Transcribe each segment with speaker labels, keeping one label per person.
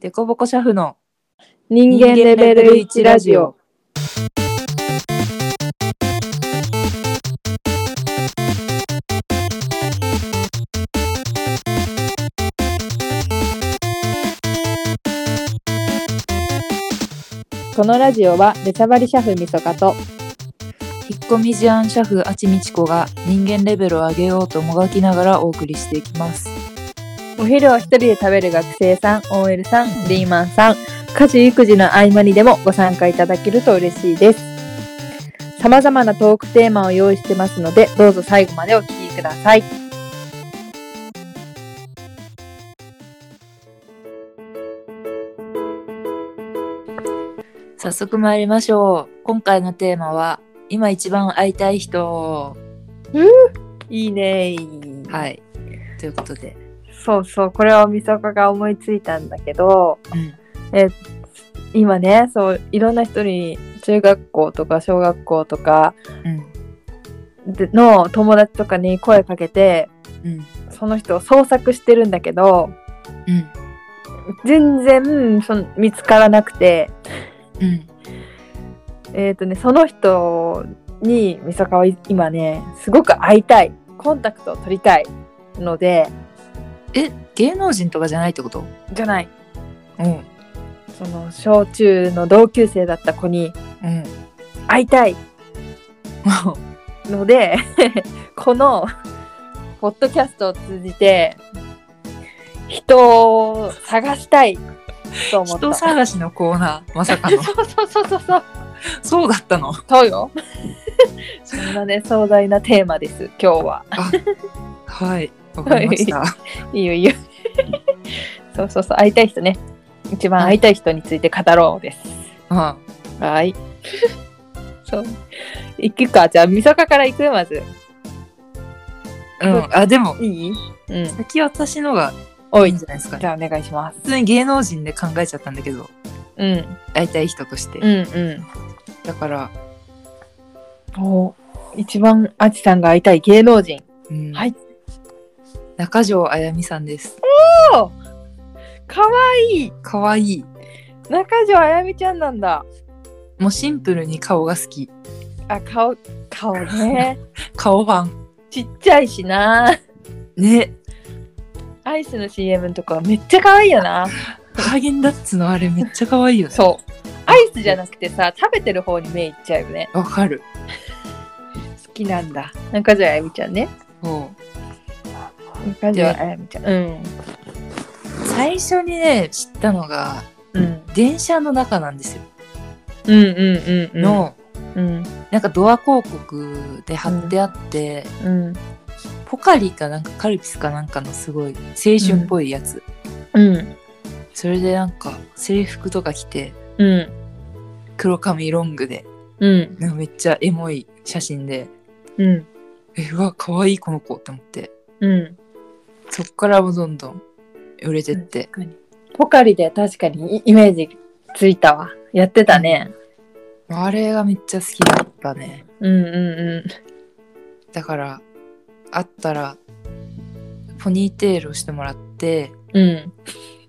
Speaker 1: デコボコシャフの
Speaker 2: 人間レベル1ラジオ。このラジオは出しゃばりシャフみそかと
Speaker 1: 引っ込み思案シャフあちみちこが人間レベルを上げようともがきながらお送りしていきます。
Speaker 2: お昼を一人で食べる学生さん OL さんリーマンさん家事育児の合間にでもご参加いただけると嬉しいですさまざまなトークテーマを用意してますのでどうぞ最後までお聞きください
Speaker 1: 早速参りましょう。今回のテーマは今一番会いたい人。
Speaker 2: いいね
Speaker 1: はい。ということで。
Speaker 2: そうそうこれはみそかが思いついたんだけど
Speaker 1: うん。
Speaker 2: 今ねそういろんな人に中学校とか小学校とか
Speaker 1: うん。
Speaker 2: での友達とかに声かけて
Speaker 1: うん。
Speaker 2: その人を捜索してるんだけど
Speaker 1: うん。
Speaker 2: 全然その見つからなくて
Speaker 1: うん。
Speaker 2: えっ、とねその人にみそかはい今ねすごく会いたいコンタクトを取りたいので
Speaker 1: え、芸能人とかじゃないってこと
Speaker 2: じゃない
Speaker 1: うん。
Speaker 2: その小中の同級生だった子に
Speaker 1: うん。
Speaker 2: 会いたいので このポッドキャストを通じて人を探したいと思った
Speaker 1: 人探しのコーナー、まさ かの。
Speaker 2: そうそうそうそうそう
Speaker 1: そうだったの。
Speaker 2: そうよ そんなね壮大なテーマです今日は
Speaker 1: はい。わかりました。
Speaker 2: いいよいいよ そうそうそう会いたい人ね一番会いたい人について語ろうです
Speaker 1: うん。
Speaker 2: はい そう行くかじゃあみそかから行くまず
Speaker 1: うん、あでも
Speaker 2: いいうん
Speaker 1: 先私のが
Speaker 2: お
Speaker 1: い
Speaker 2: い
Speaker 1: いんじゃないですか
Speaker 2: じゃあお願いします
Speaker 1: 普通に芸能人で考えちゃったんだけど
Speaker 2: うん
Speaker 1: 会いたい人として、
Speaker 2: うんうん
Speaker 1: だから、
Speaker 2: お一番あちさんが会いたい芸能人
Speaker 1: うん
Speaker 2: はい
Speaker 1: 中条あやみさんです
Speaker 2: かわ
Speaker 1: かわいい
Speaker 2: い中条あやみちゃんなんだ
Speaker 1: もうシンプルに顔が好き
Speaker 2: あ顔顔ね
Speaker 1: 顔ファン
Speaker 2: ちっちゃいしな
Speaker 1: ね
Speaker 2: アイスの CM とかめっちゃ可愛いよな
Speaker 1: ハーゲンダッツのあれめっちゃかわいいよね
Speaker 2: そうアイスじゃなくてさ食べてる方に目いっちゃうよね
Speaker 1: わかる
Speaker 2: 好きなんだ中条あやみちゃんね
Speaker 1: そう
Speaker 2: 中条あやみちゃんうん
Speaker 1: 最初にね知ったのが
Speaker 2: うん
Speaker 1: 電車の中なんですよ、
Speaker 2: うんうんうん
Speaker 1: の
Speaker 2: うん
Speaker 1: なんかドア広告で貼ってあって、
Speaker 2: うん
Speaker 1: ポカリかなんかカルピスかなんかのすごい青春っぽいやつ、
Speaker 2: うん
Speaker 1: それでなんか制服とか着て
Speaker 2: うん
Speaker 1: 黒髪ロングで
Speaker 2: うん
Speaker 1: なんかめっちゃエモい写真で
Speaker 2: うん
Speaker 1: えうわ可愛いこの子って思って
Speaker 2: うん
Speaker 1: そっからもどんどん売れてって、
Speaker 2: ポカリで確かにイイメージついたわやってたね、
Speaker 1: あれがめっちゃ好きだったね
Speaker 2: うんう
Speaker 1: だから会ったらポニーテールをしてもらって
Speaker 2: んうん。うん。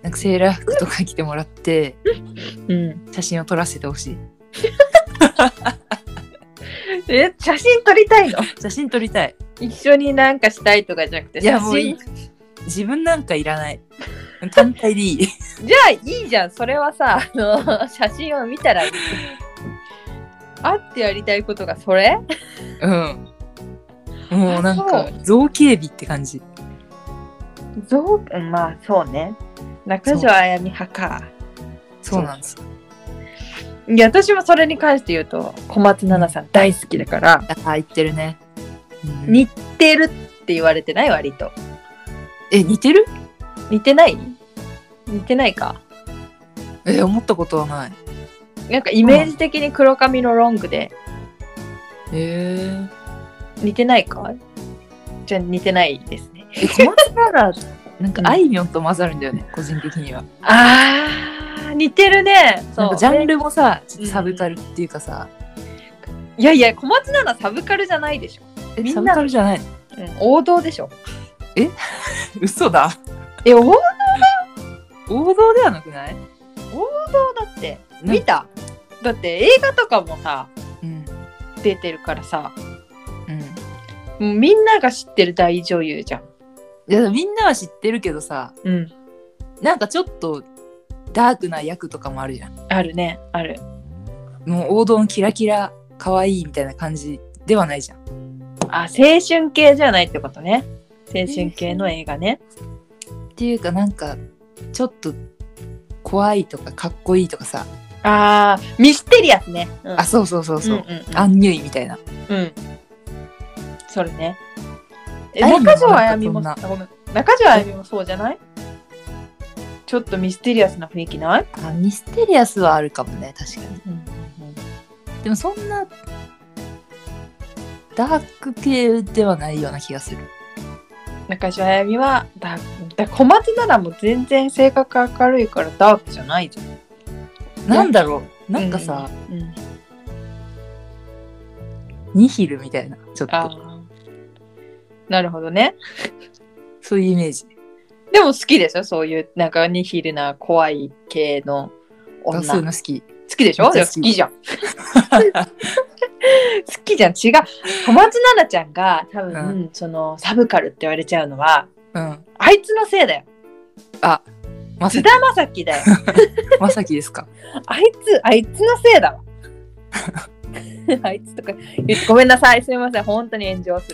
Speaker 1: なんかセーラー服とか着てもらって
Speaker 2: うん。
Speaker 1: 写真を撮らせてほしい
Speaker 2: え、写真撮りたいの
Speaker 1: 写真撮りたい
Speaker 2: 一緒になんかしたいとかじゃなくて、
Speaker 1: いや
Speaker 2: 写
Speaker 1: もうい
Speaker 2: 真
Speaker 1: い。自分なんかいらない単体でいい
Speaker 2: じゃあいいじゃん。それはさ、あの、写真を見たらいい。 会ってやりたいことがそれ
Speaker 1: うんもうなん
Speaker 2: あ
Speaker 1: か造形美って感じ
Speaker 2: そう、まあそうね。中条あやみ派か。
Speaker 1: そうなんですよ
Speaker 2: いや、私もそれに関して言うと、小松菜奈さん大好きだから、
Speaker 1: あ言ってるね、うん
Speaker 2: 似てるって言われてない割と。
Speaker 1: え似てる
Speaker 2: 似てない似てないか。
Speaker 1: え思ったことはない
Speaker 2: なんかイメージ的に黒髪のロングで、
Speaker 1: へ
Speaker 2: 似てないかじゃあ似てないですね。
Speaker 1: え小松ならなん
Speaker 2: うん
Speaker 1: かあいみょんと混ざるんだよね個人的には
Speaker 2: あー、似てる
Speaker 1: な
Speaker 2: ね。
Speaker 1: ん
Speaker 2: そ
Speaker 1: か
Speaker 2: う。
Speaker 1: ジャン
Speaker 2: で
Speaker 1: ルもさちょっとサブカルっていうかさ、
Speaker 2: いやいや、小松菜奈サブカルじゃないでしょ。
Speaker 1: え
Speaker 2: み
Speaker 1: サ
Speaker 2: んな
Speaker 1: ブカルじゃないの
Speaker 2: うん、王道でしょ。
Speaker 1: 嘘だ
Speaker 2: え、王道
Speaker 1: 王王道ではなくない
Speaker 2: 王道だって
Speaker 1: な
Speaker 2: 見ただって映画とかもさ
Speaker 1: うん
Speaker 2: 出てるからさ
Speaker 1: うん
Speaker 2: もうみんなが知ってる大女優じゃん
Speaker 1: いやみんなは知ってるけどさ
Speaker 2: うん
Speaker 1: なんかちょっとダークな役とかもあるじゃん
Speaker 2: あるねある
Speaker 1: もう王道のキラキラ可愛いみたいな感じではないじゃん
Speaker 2: あ青春系じゃないってことね青春系の映画ね
Speaker 1: っていうかなんかちょっと怖いとかかっこいいとかさ、
Speaker 2: あーミステリアスね、うん
Speaker 1: あそうそうそうそう、
Speaker 2: うんうんうん
Speaker 1: アンニュイみたいな
Speaker 2: うん。それね。え
Speaker 1: あやみも
Speaker 2: 中条あやみも、
Speaker 1: なん
Speaker 2: あ
Speaker 1: か
Speaker 2: ごめん。中条あやみもそうじゃないちょっとミステリアスな雰囲気ない、
Speaker 1: あミステリアスはあるかもね確か
Speaker 2: うん、
Speaker 1: にでもそんなダーク系ではないような気がする
Speaker 2: 中条あやみはダーク。だ小松ならもう全然性格明るいからダークじゃないじゃん。
Speaker 1: なんだろうなんかさ、
Speaker 2: うん、うん
Speaker 1: ニヒルみたいなちょっ
Speaker 2: あ
Speaker 1: と
Speaker 2: ーなるほどね。
Speaker 1: そういうイメージ
Speaker 2: でも好きでしょそういう、なんかニヒルな怖い系の
Speaker 1: 多
Speaker 2: 女。
Speaker 1: 数
Speaker 2: 好
Speaker 1: の好き
Speaker 2: きでし
Speaker 1: め
Speaker 2: ょ
Speaker 1: っちゃ好き
Speaker 2: 好きじゃん。 好きじゃん違う小松菜奈ちゃんが多分、
Speaker 1: う
Speaker 2: そのサブカルって言われちゃうのは
Speaker 1: うん
Speaker 2: あいつのせいだよ
Speaker 1: まさき
Speaker 2: 津田将暉だよ
Speaker 1: まさきですか
Speaker 2: あいつあいつのせいだわ あいつとか言ってごめんなさいすみません本当に炎上す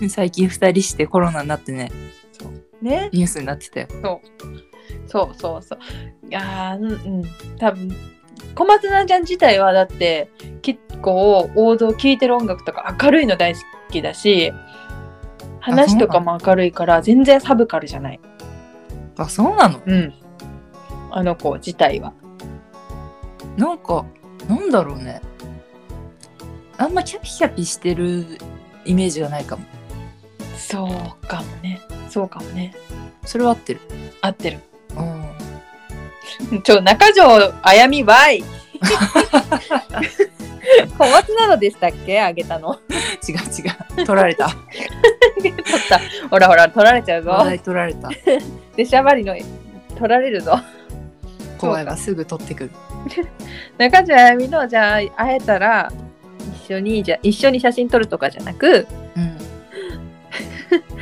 Speaker 2: る
Speaker 1: 最近二人してコロナになってね
Speaker 2: ね
Speaker 1: ニュースになってたよ
Speaker 2: そうそうそういやーうんうん多分小松菜奈ちゃん自体はだって結構王道聴いてる音楽とか明るいの大好きだし話とかも明るいから全然サブカルじゃない
Speaker 1: あそうなの
Speaker 2: うん。あの子自体は。
Speaker 1: なんかなんだろうねあんまキャピキャピしてるイメージがないかも
Speaker 2: そうかもね。そうかもね。
Speaker 1: それは合ってる
Speaker 2: 合ってる。
Speaker 1: うん
Speaker 2: ちょ、中条あやみば い小松なのでしたっけあげたの。
Speaker 1: 違 う違う取られた
Speaker 2: 取った。ほらほら、取られちゃう
Speaker 1: 話
Speaker 2: ぞ。
Speaker 1: 題取られた
Speaker 2: でしゃばりの、取られるぞ。
Speaker 1: 怖いわすぐ取ってくる
Speaker 2: 中条あやみの、じゃあ、会えたら、一緒に、じゃ一緒に写真撮るとかじゃなく、
Speaker 1: うん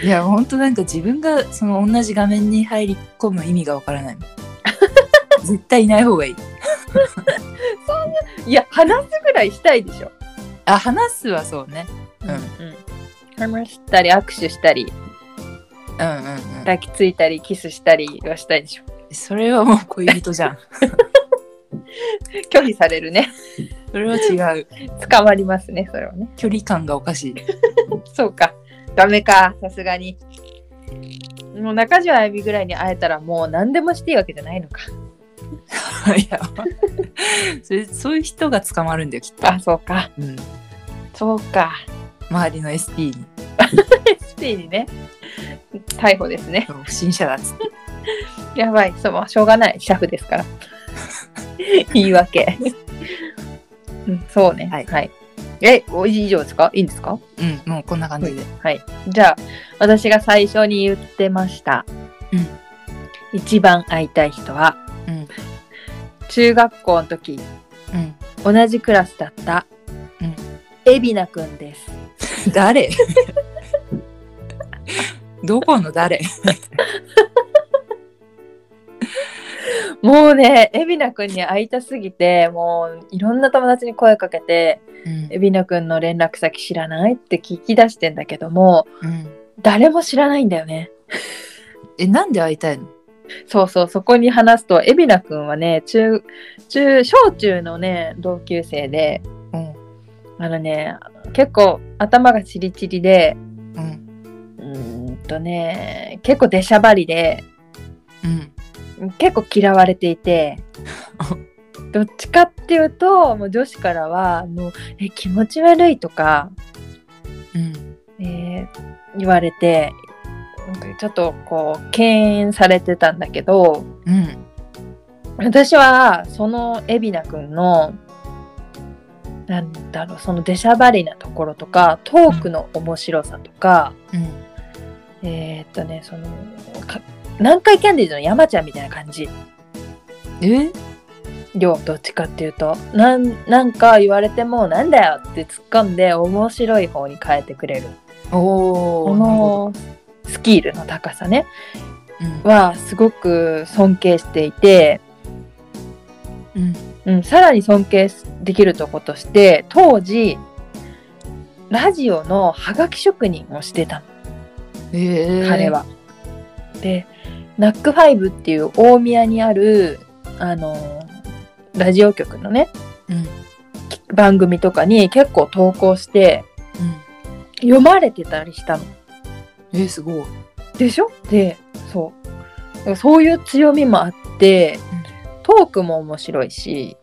Speaker 1: いやほんとなんか自分がその同じ画面に入り込む意味がわからないもん 絶対いない方がいい
Speaker 2: いや、話すぐらいしたいでしょ。
Speaker 1: あ話すはそうねうん
Speaker 2: うん。話したり、握手したり、
Speaker 1: うんうんうん
Speaker 2: 抱きついたり、キスしたりはしたいでしょ。
Speaker 1: それはもう恋人じゃ ん。
Speaker 2: 拒否されるね
Speaker 1: それは違う。
Speaker 2: 捕まりますねそれはね
Speaker 1: 距離感がおかしい。
Speaker 2: そうかダメかさすがにもう中条あやみぐらいに会えたらもう何でもしていいわけじゃないのか
Speaker 1: いや、それそういう人が捕まるんだよ、きっと。
Speaker 2: あそうか
Speaker 1: うん、
Speaker 2: そうか
Speaker 1: 周りの SP に
Speaker 2: SP にね逮捕ですね
Speaker 1: そう不審者だっつって。
Speaker 2: やばいそうまあしょうがないシャフで すから言い訳うんそうね
Speaker 1: はい
Speaker 2: えお以上ですかいいんですか
Speaker 1: うん、もうこんな感じで。
Speaker 2: はいじゃあ私が最初に言ってました、
Speaker 1: うん
Speaker 2: 一番会いたい人は
Speaker 1: うん、
Speaker 2: 中学校の時
Speaker 1: う
Speaker 2: 同じクラスだった、
Speaker 1: うん
Speaker 2: エビナくんです
Speaker 1: ん。誰 どこの誰
Speaker 2: もうねエビナくんに会いたすぎてもういろんな友達に声かけて
Speaker 1: うん
Speaker 2: エビナくんの連絡先知らないって聞き出してんだけども
Speaker 1: うん
Speaker 2: 誰も知らないんだよね
Speaker 1: え、なんで会いたいの
Speaker 2: そうそうそこに話すとエビナくんはね中中小中のね同級生で
Speaker 1: うん、
Speaker 2: あのね結構頭がチリチリで
Speaker 1: うん、
Speaker 2: うーんとね結構出しゃばりで
Speaker 1: うん。
Speaker 2: 結構嫌われていてどっちかっていうともう女子からはもうえ気持ち悪いとか、
Speaker 1: うん、
Speaker 2: えー言われてなんかちょっとこう敬遠されてたんだけど
Speaker 1: うん、
Speaker 2: 私はその海老名くんのなんだろうその出しゃばりなところとかトークの面白さとか、
Speaker 1: うん、
Speaker 2: えーっとねそのか南海キャンディーズの山ちゃんみたいな感じ
Speaker 1: え
Speaker 2: よどっちかっていうとなんなんか言われてもなんだよって突っ込んで面白い方に変えてくれる
Speaker 1: お
Speaker 2: こ
Speaker 1: ーなるほ
Speaker 2: のスキルの高さね
Speaker 1: ど
Speaker 2: はすごく尊敬していて、
Speaker 1: うんうん
Speaker 2: うん、さらに尊敬できるとことして当時ラジオのハガキ職人をしてたの
Speaker 1: えー
Speaker 2: 彼は。でナックファイブっていう大宮にあるあのラジオ局のね
Speaker 1: うんうん
Speaker 2: 番組とかに結構投稿して読まれてたりしたの。
Speaker 1: えーすごい
Speaker 2: でしょでそうそういう強みもあって、トークも面白いし、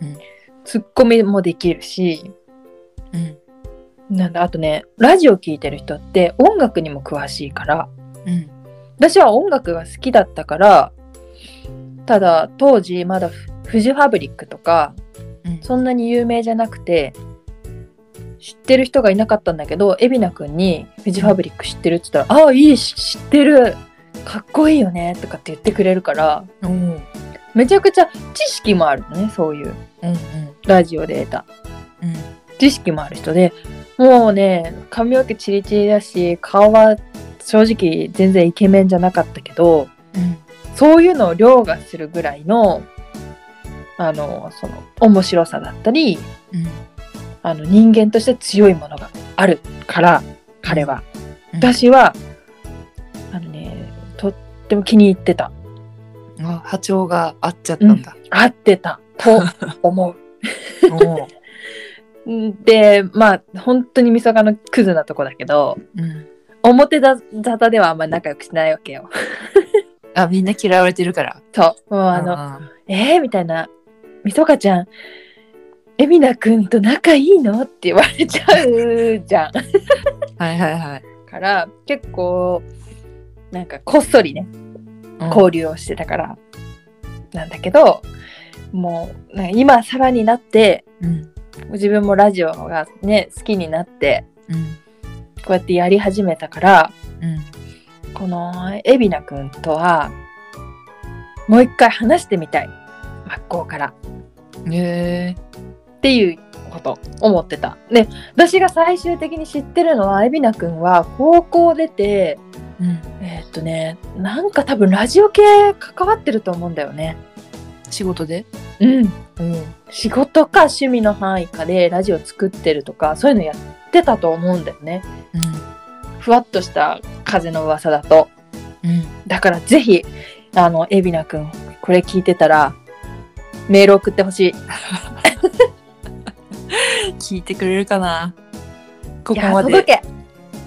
Speaker 1: うん
Speaker 2: ツッコミもできるし
Speaker 1: うん
Speaker 2: なんだあとねラジオ聴いてる人って音楽にも詳しいから
Speaker 1: うん
Speaker 2: 私は音楽が好きだったからただ当時まだフフジファブリックとか
Speaker 1: うん
Speaker 2: そんなに有名じゃなくて知ってる人がいなかったんだけど海老名くんに「フジファブリック知ってる?」って言ったら「ああいいし知ってるかっこいいよね」とかって言ってくれるから
Speaker 1: おーうんうん
Speaker 2: めちゃくちゃ知識もあるのねそういうラジオで得た
Speaker 1: うん
Speaker 2: 知識もある人でもうね髪の毛チリチリだし顔は正直全然イケメンじゃなかったけど
Speaker 1: うん
Speaker 2: そういうのを凌駕するぐらいのあのその面白さだったり
Speaker 1: うん
Speaker 2: あの人間として強いものがあるから彼は、
Speaker 1: うん
Speaker 2: 私はあのねとっても気に入ってた
Speaker 1: あ波長が合っちゃったんだ。
Speaker 2: 合ってたと思う
Speaker 1: おー
Speaker 2: でまあ本当にみそかのクズなとこだけど
Speaker 1: うん、
Speaker 2: 表沙汰ではあんまり仲良くしないわけよ
Speaker 1: あみんな嫌われてるから。
Speaker 2: そうもうあの
Speaker 1: の
Speaker 2: えー、みたいな「みそかちゃんえみなくんと仲いいの?」って言われちゃうじゃん
Speaker 1: はいはいはい。
Speaker 2: から結構なんかこっそりね
Speaker 1: うん
Speaker 2: 交流をしてたからなんだけどもうなんか今さらになって
Speaker 1: うん
Speaker 2: 自分もラジオがね好きになって
Speaker 1: うん
Speaker 2: こうやってやり始めたから
Speaker 1: うん
Speaker 2: このえびなくんとはもう一回話してみたい真っ向から
Speaker 1: へえ
Speaker 2: っていうこと思ってた。で私が最終的に知ってるのはえびなくんは高校出て
Speaker 1: うん、
Speaker 2: えーっとねなんか多分ラジオ系関わってると思うんだよね。
Speaker 1: 仕事で、
Speaker 2: うん
Speaker 1: うん、
Speaker 2: 仕事か趣味の範囲かでラジオ作ってるとかそういうのやってたと思うんだよねふわっとした風の噂だと
Speaker 1: うん
Speaker 2: だからぜひあの海老名くんこれ聞いてたらメール送ってほしい
Speaker 1: 聞いてくれるかなこ
Speaker 2: い
Speaker 1: こ
Speaker 2: や
Speaker 1: ま
Speaker 2: 届
Speaker 1: で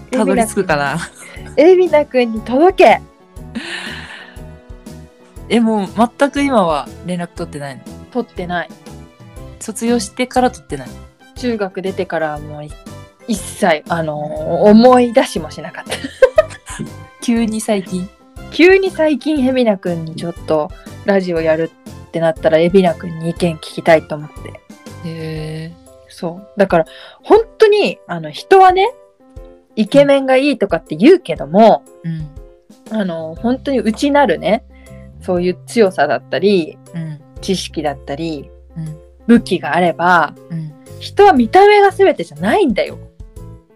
Speaker 2: け
Speaker 1: たどり着くかな
Speaker 2: 海老名くんに届け
Speaker 1: えもう全く今は連絡取ってないの
Speaker 2: 取ってない
Speaker 1: 卒業してから取ってない
Speaker 2: 中学出てからはもうい一切あのー思い出しもしなかった
Speaker 1: 急に最近
Speaker 2: 急に最近海老名くんにちょっとラジオやるってなったら海老名くんに意見聞きたいと思って
Speaker 1: へえ
Speaker 2: そう。だから、本当に、あの、人はね、イケメンがいいとかって言うけども、
Speaker 1: うん
Speaker 2: あの、本当に内なるね、そういう強さだったり、
Speaker 1: うん
Speaker 2: 知識だったり、
Speaker 1: うん
Speaker 2: 武器があれば、
Speaker 1: うん
Speaker 2: 人は見た目が全てじゃないんだよ。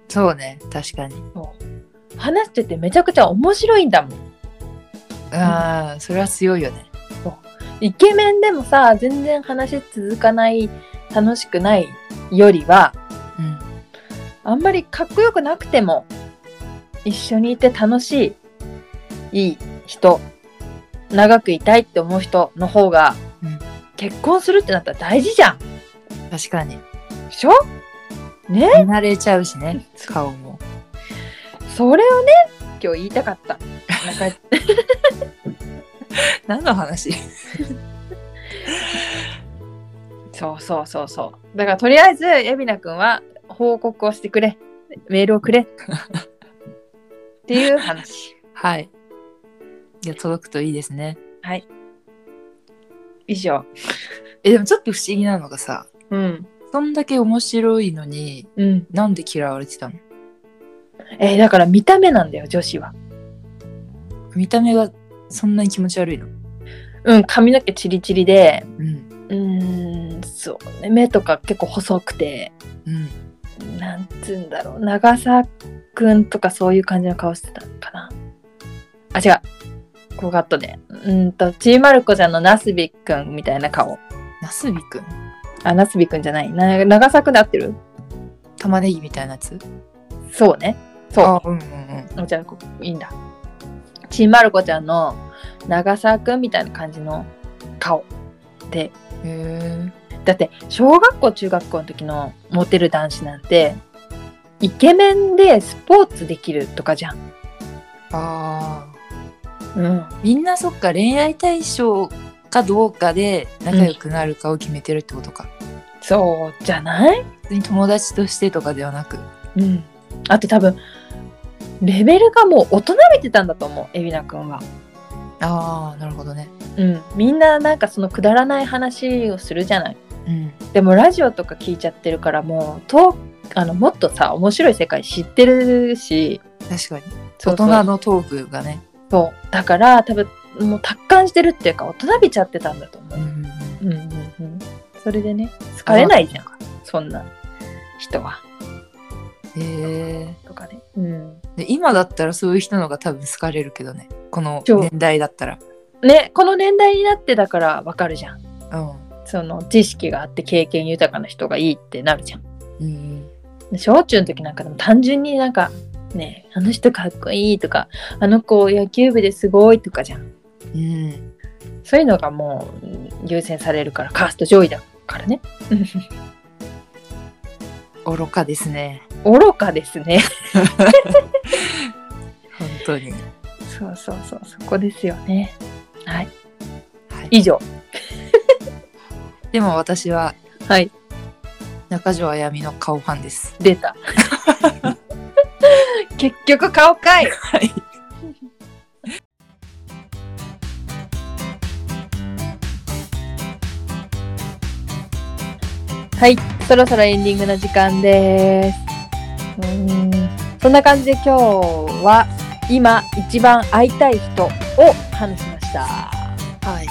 Speaker 1: そうね確かに
Speaker 2: 話しててめちゃくちゃ面白いんだもん。
Speaker 1: ああ、それは強いよね
Speaker 2: イケメンでもさ、全然話続かない、楽しくないよりは、
Speaker 1: うん
Speaker 2: あんまりかっこよくなくても、一緒にいて楽しい、いい人、長くいたいって思う人の方が、
Speaker 1: うん
Speaker 2: 結婚するってなったら大事じゃん。
Speaker 1: 確かに
Speaker 2: でしょね
Speaker 1: 慣れちゃうしね 顔も
Speaker 2: それをね、今日言いたかった。なんか
Speaker 1: 何の話
Speaker 2: そうそうそうそう。だからとりあえず、エビナ君は報告をしてくれ。メールをくれ。っていう話。
Speaker 1: はいいや届くといいですね
Speaker 2: 以上。
Speaker 1: えでもちょっと不思議なのがさ
Speaker 2: うん。
Speaker 1: そんだけ面白いのに
Speaker 2: うん。
Speaker 1: なんで嫌われてたの
Speaker 2: えーだから見た目なんだよ、女子は。
Speaker 1: 見た目がそんなに気持ち悪いの。
Speaker 2: うん、髪の毛チリチリで、
Speaker 1: うん。
Speaker 2: うーん、そうね、目とか結構細くて、
Speaker 1: うん。
Speaker 2: なんつうんだろう、長澤くんとかそういう感じの顔してたのかな。あ、違う。コガットで。うーんと、ちーまる子ちゃんのなすびくんみたいな顔。
Speaker 1: なすびくん。
Speaker 2: あ、なすびくんじゃない。な長澤くんで合ってる
Speaker 1: 玉ねぎみたいなやつ。
Speaker 2: そうね。そう。
Speaker 1: あ、うんうんうん。
Speaker 2: おじゃあこいいんだちんまる子ちゃんの長澤くんみたいな感じの顔で
Speaker 1: へ
Speaker 2: だって小学校中学校の時のモテる男子なんてイケメンでスポーツできるとかじゃん、
Speaker 1: え。ああ。
Speaker 2: うん、
Speaker 1: みんなそっか恋愛対象かどうかで仲良くなるかを決めてるってことか。
Speaker 2: そうじゃない、
Speaker 1: 別に友達としてとかではなく。
Speaker 2: うん、あと多分レベルがもう大人びてたんだと思う海老名くんは、
Speaker 1: ああ、なるほどね。
Speaker 2: うん、みんななんかそのくだらない話をするじゃない
Speaker 1: うん。
Speaker 2: でもラジオとか聞いちゃってるからもうとあのもっとさ面白い世界知ってるし
Speaker 1: 確かに。
Speaker 2: そうそう
Speaker 1: 大人のトークがね。
Speaker 2: そうだから多分もう達観してるっていうか大人びちゃってたんだと思
Speaker 1: う
Speaker 2: う、
Speaker 1: ん。
Speaker 2: うんうんうん、それでね好かれないじゃんそんな人は
Speaker 1: へえ。
Speaker 2: とかね、うん、
Speaker 1: で今だったらそういう人のが多分好かれるけどね。この
Speaker 2: そう
Speaker 1: 年代だったら。
Speaker 2: ねこの年代になってだからわかるじゃん
Speaker 1: う
Speaker 2: その知識があって経験豊かな人がいいってなるじゃん
Speaker 1: ん。うん。
Speaker 2: 小中の時なんかでも単純になんかねあの人かっこいいとかあの子野球部ですごいとかじゃん
Speaker 1: うん。
Speaker 2: そういうのがもううん優先されるからカースト上位だから ね。
Speaker 1: 愚かですね。
Speaker 2: 愚かですね。
Speaker 1: 本当に。
Speaker 2: そうそうそうそこですよね。はい
Speaker 1: はい、
Speaker 2: 以上。
Speaker 1: でも私は
Speaker 2: はい
Speaker 1: 中条あやみの顔ファンです。
Speaker 2: 出 た。結局顔か い。
Speaker 1: はい。
Speaker 3: はい、そろそろエンディングの時間です。うーんそんな感じで今日は今一番会いたい人を話しました。
Speaker 1: はい。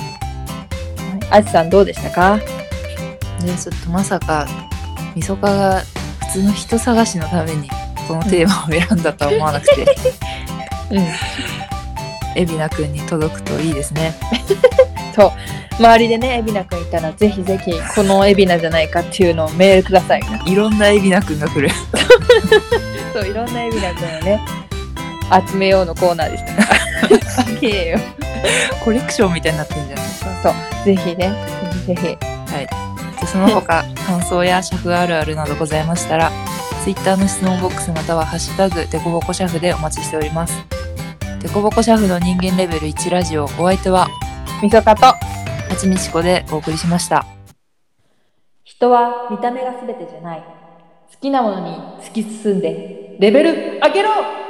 Speaker 3: あじさんどうでしたか
Speaker 1: ね、ちょっとまさか、みそかが普通の人探しのためにこのテーマを選んだとは思わなくて、
Speaker 2: うん。
Speaker 1: 海老名くんに届くといいですね。
Speaker 3: 周りでね、エビナくんいたらぜひぜひこのエビナじゃないかっていうのをメールください。
Speaker 1: いろんな海老名くんが来る。
Speaker 3: そういろんなエビナくんをね、集めようのコーナーでしたから。すげえよ。
Speaker 1: コレクションみたいになってるんじゃない
Speaker 3: そうそう。ぜひね、ぜひぜひ。
Speaker 1: でその他、感想やシャフあるあるなどございましたら、ツイッターの質問ボックスまたはハッシュタグ、デコボコシャフでお待ちしております。デコボコシャフの人間レベル1ラジオ、お相手は、
Speaker 3: みそかと。
Speaker 1: はちみちこでお送りしました。
Speaker 3: 人は見た目が全てじゃない。好きなものに突き進んで、レベル上げろ